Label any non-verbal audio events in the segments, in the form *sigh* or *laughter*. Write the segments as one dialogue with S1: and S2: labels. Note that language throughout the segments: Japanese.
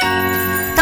S1: トー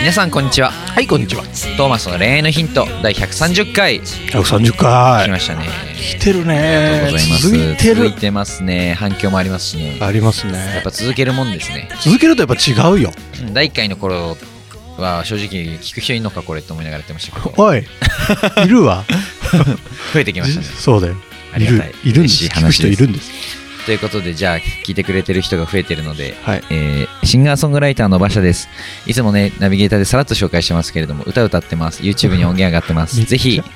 S2: 皆さんこんにちは
S3: はい、こんにちは。
S2: トーマスの恋愛のヒント第130回来
S3: 130回。
S2: ましたね、
S3: 来て
S2: ありがと
S3: る
S2: う
S3: ね
S2: ございます。
S3: 続いて
S2: 続
S3: る
S2: い。てますね反響もありますしねや
S3: あります
S2: っ
S3: ね。
S2: ぱ続けるもんですね
S3: 続けるとやっぱ違うよ。
S2: うん第1回の頃は正直聞く人いるのかこれと思いながらやってましたけど
S3: *laughs* おい、いるわ。
S2: 増えてきましたね
S3: そうだよ。
S2: あ
S3: い
S2: り
S3: る
S2: がたい、
S3: いるんで
S2: 嬉
S3: す。
S2: しい
S3: 聞く
S2: 話
S3: 人
S2: で
S3: い
S2: す
S3: るんです。
S2: ということでじゃあ聞いてくれてる人が増えてるので
S3: はい。
S2: えーシンガーソングライターの馬車です。いつもね、ナビゲーターでさらっと紹介してますけれども、歌歌ってます。YouTube に音源上がってます。
S3: めっち
S2: ぜ
S3: ゃ
S2: ひ、聴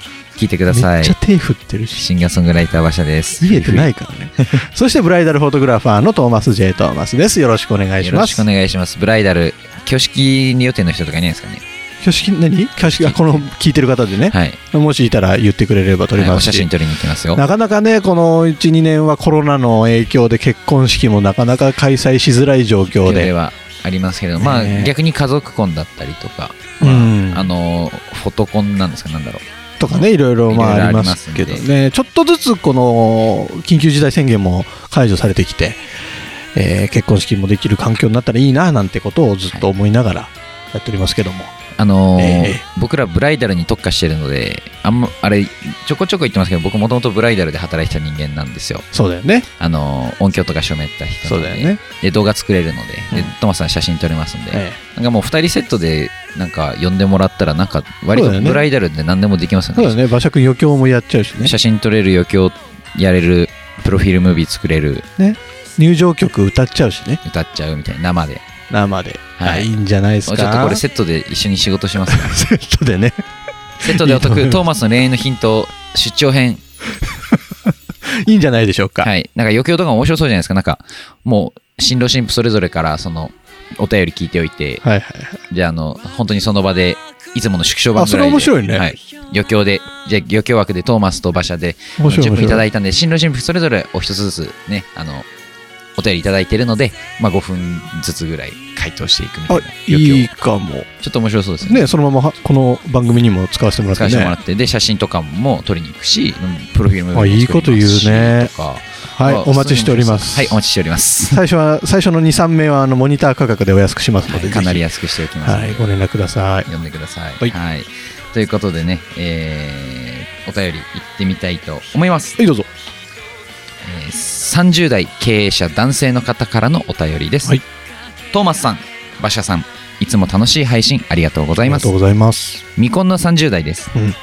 S2: いてく
S3: め
S2: だ
S3: っ
S2: さい
S3: ちゃ。手振ってるし。
S2: シンガーソングライター馬車です。
S3: 見えてないから
S2: *laughs*
S3: ね。そしてブライダルフォトグラファーのトーマス・ J ・トーマスです。よろしくお願いし
S2: よろ
S3: ま
S2: しく
S3: す
S2: お。願いします。ブライダル、挙式予定の人とかいないですかね。
S3: 挙式、何挙式、あこの聞いてる方でね。
S2: はい。
S3: もしいたら言ってくれれば撮り
S2: はい
S3: ま
S2: お
S3: す
S2: 写真
S3: し。
S2: 撮りに行きますよ。
S3: なかなかね、この1、2年はコロナの影響で結婚式もなかなか開催しづらい状況
S2: で
S3: で。
S2: はありますけれども、まあ
S3: ねえ
S2: 逆に家族婚だったりとか、
S3: うん
S2: あの、フォト婚なんですか、なんだろう。
S3: とかね、いろいろま
S2: いろ
S3: あ
S2: いろあ
S3: あり
S2: りま
S3: ますす
S2: んで
S3: けどね、ちょっとずつこの緊急事態宣言も解除されてきて、えー結婚式もできる環境になったらいいななんてことをずっと思いながらやっておりますけども、
S2: あのー
S3: ええ
S2: 僕らブライダルに特化してるので、あんま、あれ、ちょこちょこ言ってますけど、僕もともとブライダルで働いてた人間なんですよ。
S3: そうだよね、
S2: あの音響とか照明やった人
S3: そ
S2: な
S3: うん
S2: で
S3: だよね、
S2: で動画作れるのでで、
S3: うん
S2: トマスさん写真撮れますんで、
S3: え
S2: なんかもう2人セットでなんか呼んでもらったらなんか割
S3: そうだ
S2: と
S3: よね
S2: ブライダルで何でもできます
S3: え
S2: よ
S3: そ
S2: ね
S3: うだよね、馬車君余興もやっちゃうしね、
S2: 写真撮れる余興やれるプロフィールムービー作れる
S3: 入場曲歌っちゃうしね、
S2: 歌っちゃうみたいな生で
S3: 生で、
S2: はい
S3: あいいんじゃないです
S2: ちょ
S3: か、
S2: っとこれセットで一緒に仕事し
S3: *laughs*
S2: ますか
S3: セットでね、
S2: セットでお得
S3: いいと思います
S2: トーマスの恋愛のヒント出張編
S3: いいんじゃないでしょうか、
S2: はいなんか余興とかも面白そうじゃないですかなんかもう新郎新婦それぞれからそのお便り聞いておいて
S3: はいはいはい
S2: じゃあ、あの、本当にその場で、いつもの縮小版
S3: あ
S2: ぐ
S3: そ
S2: ら
S3: れ
S2: いで。
S3: 面白いね
S2: はい。余興で、じゃあ余興枠でトーマスと馬車で、
S3: 面白い
S2: 10
S3: 面
S2: 分いた
S3: 白
S2: だ
S3: い。
S2: いたんで、新郎新婦それぞれお一つずつね、あの、お便りいただいてるので、まあ5分ずつぐらい回答していくみたい
S3: あ
S2: な。余興
S3: いいかも、
S2: ちょっと面白そうですよね。
S3: ね、そのままはこの番組にも使わせてもらっ
S2: 使
S3: て
S2: わせてもら
S3: ね、
S2: って、で、写真とかも撮りに行くし、うんプロフィールも
S3: あいいこと言うね
S2: とか
S3: はい、お待ちしております。
S2: はい、お待ちしており
S3: *laughs*
S2: ます。
S3: 最初は最初の23名はあのモニター価格でお安くしますので、
S2: かなり
S3: ぜ
S2: 安くしておき
S3: ひ
S2: ますので。
S3: はい、ご連絡ください
S2: 読んでください。は、
S3: はいい
S2: ということでね、えーお便り行ってみたいと思います、
S3: はいどうぞ
S2: えー30代経営者男性の方からのお便りです、
S3: はい
S2: トーマスさん馬車さんいつも楽しい配信ありがとうござ
S3: あ
S2: い
S3: り
S2: ま
S3: が
S2: す
S3: とうございます
S2: 未婚の30代です、
S3: うん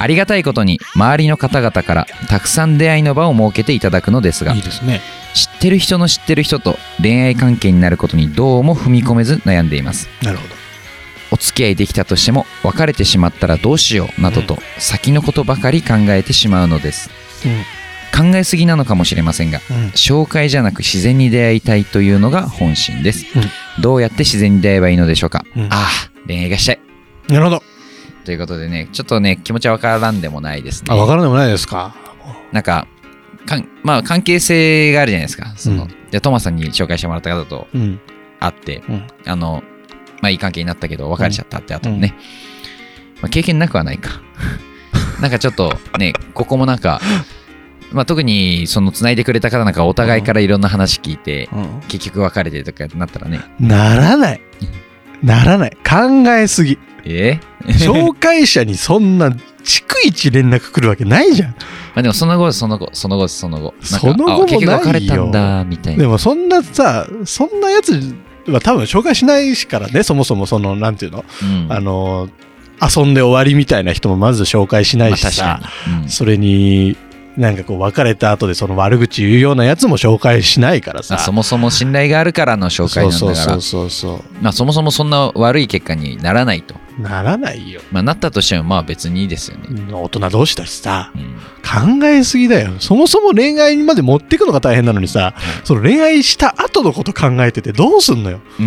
S2: ありがたいことに周りの方々からたくさん出会いの場を設けていただくのですが
S3: いいですね
S2: 知ってる人の知ってる人と恋愛関係になることにどうも踏み込めず悩んでいます
S3: なるほど
S2: お付き合いできたとしても別れてしまったらどうしようなどと先のことばかり考えてしまうのです考えすぎなのかもしれませんが
S3: うんうん
S2: 紹介じゃなく自然に出会いたいというのが本心です、
S3: う
S2: どうやって自然に出会えばいいのでしょうか、
S3: うん
S2: ああ恋愛がしたい
S3: なるほど
S2: ということでねちょっとね気持ちはわからんでもないですね
S3: あわからんでもないですか
S2: なんかかんまあ関係性があるじゃないですかその、
S3: うん
S2: でトマさんに紹介してもらった方と
S3: うん
S2: 会って
S3: うん
S2: あのまあいい関係になったけど別れちゃったって後もね、まあ、経験なくはない
S3: *laughs*
S2: かなんかちょっとねここもなんか、まあ、特にその繋いでくれた方なんかお互いからいろんな話聞いて、結局別れてとかってなったらね
S3: ならないならない考えすぎ
S2: え
S3: 紹介者にそんな逐一連絡来るわけないじゃん
S2: まあでもその後その後その後その後なんか
S3: その後
S2: あ
S3: も
S2: 結局別れ
S3: ないよ
S2: たんだみたいな
S3: でもそんなさそんなやつは多分紹介しないしからねそもそもそのなんていうの
S2: うん
S3: あの遊んで終わりみたいな人もまず紹介しないしさ、
S2: まあ確かに、うん
S3: それになんかこう別れた後でその悪口言うようなやつも紹介しないから
S2: ま
S3: さ
S2: あそもそも信頼があるからの紹介なんだから
S3: そうそうそうそ
S2: まあ、そもそもそんな悪い結果にならないと、
S3: うならないよ
S2: まあ、なったとしてもまあ別にいいですよね、
S3: 大人同士だしさ
S2: うん
S3: 考えすぎだよそもそも恋愛にまで持ってくのが大変なのにさその恋愛した後のこと考えててどうすんのよ
S2: うー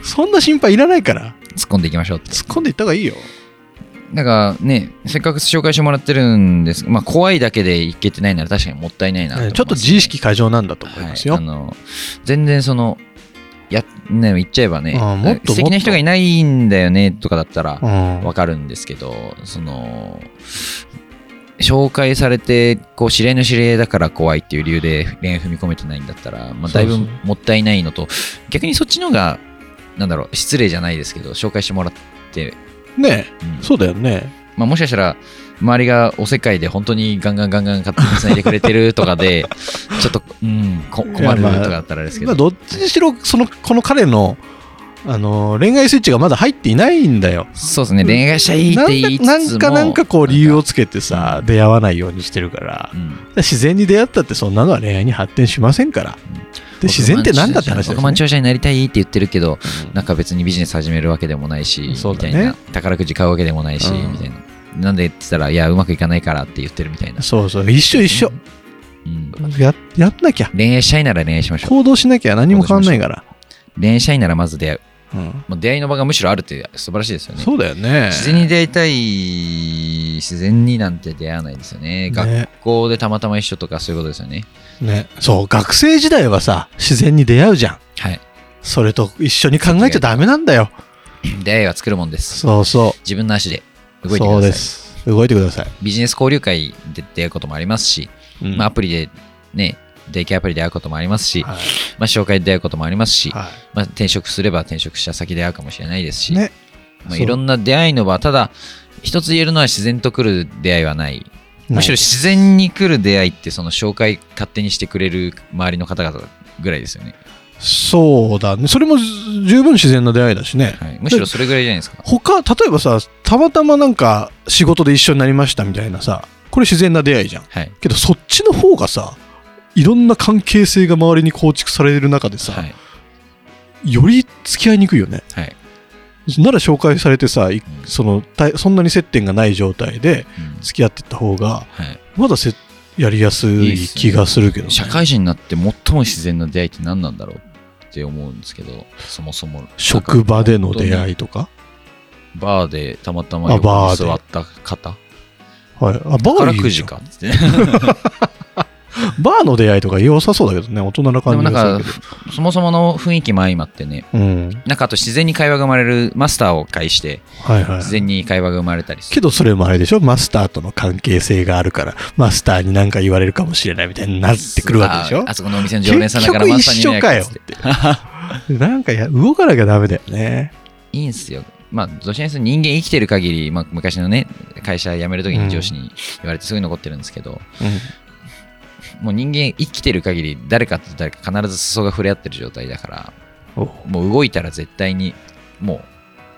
S2: ん
S3: そんな心配いらないから
S2: 突っ込んでいきましょうって
S3: 突っ込んでいった方がいいよ
S2: なんかね、せっかく紹介してもらってるんですまあ、怖いだけでいけてないなら確かにもったいないな思いますね、
S3: ちょっと自意識過剰なんだと思いますよ。
S2: はい、あの全然そのや、ね、言っちゃえばね
S3: あーもっともっと
S2: 素敵な人がいないんだよねとかだったら
S3: うん
S2: わかるんですけど、その紹介されてこう知り合いの知り合いだから怖いっていう理由で恋愛踏み込めてないんだったら、まあ、だいぶ
S3: そうそ
S2: もったいないのと逆にそっちの方がなんだろう失礼じゃないですけど紹介してもらって、
S3: ね
S2: うん
S3: えそうだよね。
S2: まあ、もしかしたら周りがおせっかいで本当にガンガンガンガン勝手に繋いでくれてるとかでちょっと、うん、こ困るとかだったらあれですけ
S3: ま
S2: ど、
S3: あ、どっちにしろそのこの彼のあの恋愛スイッチがまだ入っていないんだよ。
S2: そうですね恋愛したいって言いつつも
S3: なんかなんかこう理由をつけ
S2: な
S3: て
S2: ん
S3: さ
S2: か
S3: 出会わないようにしてるから
S2: うん
S3: 自然に出会ったってそんなのは恋愛に発展しませんから
S2: うん
S3: で自然ってなんだって話です
S2: 億万
S3: ね
S2: 長者になりたいって言ってるけど、
S3: うん
S2: なんか別にビジネス始めるわけでもないし、
S3: そう
S2: みた
S3: だね
S2: いな宝くじ買うわけでもないし、
S3: うん
S2: みたいな。なんでって言ったら、いや、うまくいかないからって言ってるみたいな。
S3: そうそう一緒一緒
S2: うん
S3: ややんなきゃ
S2: 恋愛したいなら恋愛しましょ
S3: 行動しなきゃ何も変わんないから
S2: う。恋愛したいならまず出会う。
S3: うん
S2: もう出会いの場がむしろあるって素晴らしいですよね。
S3: そうだよね
S2: 自然に出会いたい、自然になんて出会わないですよね。
S3: ね
S2: 学校でたまたま一緒とかそういうことですよね。
S3: ねそう学生時代はさ自然に出会うじゃん
S2: はい。
S3: それと一緒に考えちゃダメなんだよ
S2: 出会いは作るもんです。
S3: そうそ
S2: 自分の足で
S3: う
S2: 動いてください。
S3: そうです動いてください
S2: ビジネス交流会で出会うこともありますし、
S3: うん
S2: まあ、アプリでね、デイケアアプリで会うこともありますし、
S3: は
S2: まあ、紹介で出会うこともあります
S3: い
S2: し、
S3: は
S2: まあ、転職すれば転職した先で会うかもしれないです
S3: い
S2: し、
S3: ね
S2: まあ、
S3: そう
S2: いろんな出会いの場、ただ、一つ言えるのは自然と来る出会いはない。むしろ自然に来る出会いって、その紹介勝手にしてくれる周りの方々ぐらいですよね。
S3: そうだねそれも十分自然な出会いだしね
S2: はい、むしろそれぐらいじゃないですか。
S3: 他例えばさたまたまなんか仕事で一緒になりましたみたいなさこれ自然な出会いじゃん
S2: はい。
S3: けどそっちの方がさいろんな関係性が周りに構築される中でさ、
S2: はい。
S3: より付き合いにくいよね
S2: はい。
S3: なら紹介されてさ
S2: う
S3: い
S2: ん
S3: そのたそんなに接点がない状態で
S2: うん
S3: 付き合ってった方が
S2: はい、
S3: まだせやりやす
S2: いいっ
S3: い
S2: すね
S3: 気がするけどね、
S2: 社会人になって最も自然な出会いって何なんだろうって思うんですけど、そもそも。
S3: 職場での出
S2: い
S3: 会いとか、
S2: バーでたまたま
S3: あ
S2: 横
S3: バ
S2: に
S3: ーで
S2: 座った方
S3: はい、あバ
S2: 宝
S3: ーいい
S2: く
S3: で
S2: じ
S3: しょ
S2: かっつってねで
S3: バーの出会いとか良さそうだけどね大人な感
S2: も
S3: じ
S2: なん
S3: が
S2: か
S3: するけ
S2: そもそもの雰囲気も相まってね
S3: どうん
S2: なんかあと自然に会話が生まれるマスターを介して
S3: はいはい
S2: 自然に会話が生まれたりす
S3: け
S2: る
S3: どそれもあれでしょマスターとの関係性があるからマスターに何か言われるかもしれないみたいになってくるわけでしょ
S2: ああそこのお店の常連さんだからマスターに言えないからっつって
S3: なんかや動かなきゃダメだよね
S2: いいんすよまあどちらにせよ人間生きてる限り、まあ、昔のね会社辞める時に上司に言われてすごい残ってるんですけど、もう人間生きてる限り誰かと誰か必ず裾が触れ合ってる状態だから
S3: お
S2: もう動いたら絶対にも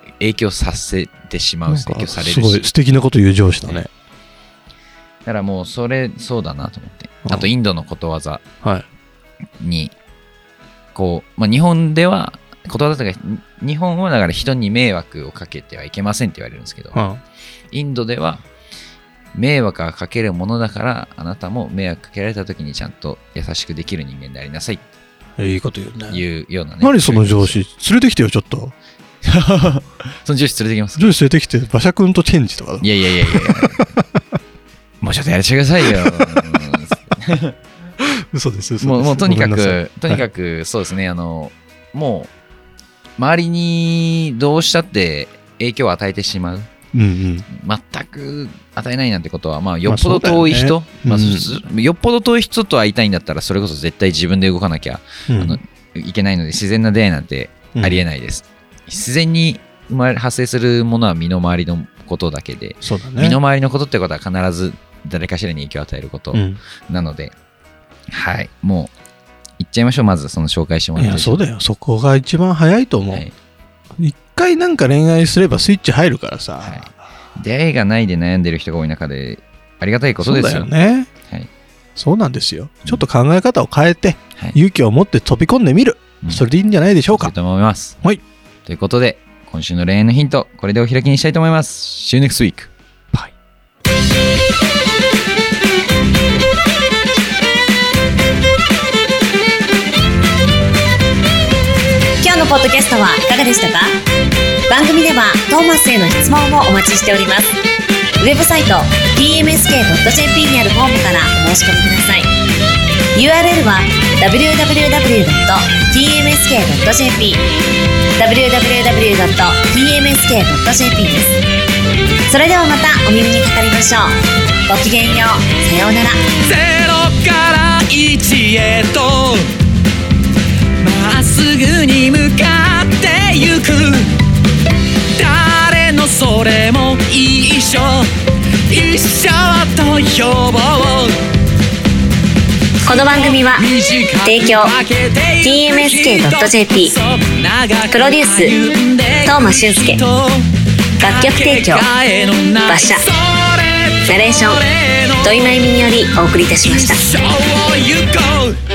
S2: う影響させてしま
S3: な
S2: うん影響
S3: か
S2: され
S3: す
S2: る
S3: ご
S2: し
S3: い素敵なこと言う上司だね
S2: だからもうそれそうだなと思って
S3: うん
S2: あとインドのことわざ
S3: はい
S2: にこう、まあ、日本ではことわざとかに日本はだから人に迷惑をかけてはいけませんって言われるんですけどインドでは迷惑はかけるものだからあなたも迷惑かけられた時にちゃんと優しくできる人間でありなさいって
S3: いいこと言うね
S2: いうようなね
S3: 何その上司連れてきてよちょっと
S2: その上司連れてきます
S3: 上司連れてきて馬車君とチェンジとか
S2: いやいやいやいやもうちょっとやらせてくださいよ。
S3: 嘘です嘘です
S2: もうもうとにか
S3: ごめんなさい
S2: く、とにかくそうですね、あの、もう、周りにどうしたって影響を与えてしまう。
S3: うんうん
S2: 全く与えないなんてことは、まあ、よっぽ
S3: まあそ
S2: ど
S3: うだよね
S2: 遠い人、まあ
S3: うん
S2: すよっぽど遠い人と会いたいんだったら、それこそ絶対自分で動かなきゃ
S3: うん
S2: あのいけないので、自然な出会いなんてありえないです。自然に生まれ発生するものは身の回りのことだけで、
S3: そうだね
S2: 身の回りのことってことは必ず誰かしらに影響を与えること
S3: うん
S2: なので、はいもう行っちゃいましょうまずその紹介してもら
S3: い
S2: って
S3: やそうだよそこが一番早いと思う
S2: はい
S3: 一回なんか恋愛すればスイッチ入るからさ
S2: はい出会いがないで悩んでる人が多い中でありがたいこと
S3: そう
S2: で
S3: だ
S2: す
S3: よ
S2: よ
S3: ね
S2: はい
S3: そうなんですよちょっと考え方を変えて
S2: はい
S3: 勇気を持って飛び込んでみる
S2: うん
S3: それでいいんじゃないでしょ
S2: そ
S3: うか
S2: うと思います
S3: はい
S2: ということで今週の恋愛のヒントこれでお開きにしたいと思います See you next week
S3: Bye.
S1: Bye. 今日のポッドキャストはいかがでしたか番組ではトーマスへの質問もお待ちしておりますウェブサイト tmsk.jp にあるフォームからお申し込みください URL は www.tmsk.jp www.tmsk.jp ですそれではまたお耳にかかりましょうごきげんようさようなら
S4: ゼロから一へとまっすぐに向かってゆく誰のそれも一緒一緒と呼ぼう
S1: この番組は提供 TMSK.jp プロデュース東間俊介楽曲提供馬車ナレーション土井真由美によりお送りいたしました
S4: 一生を行こう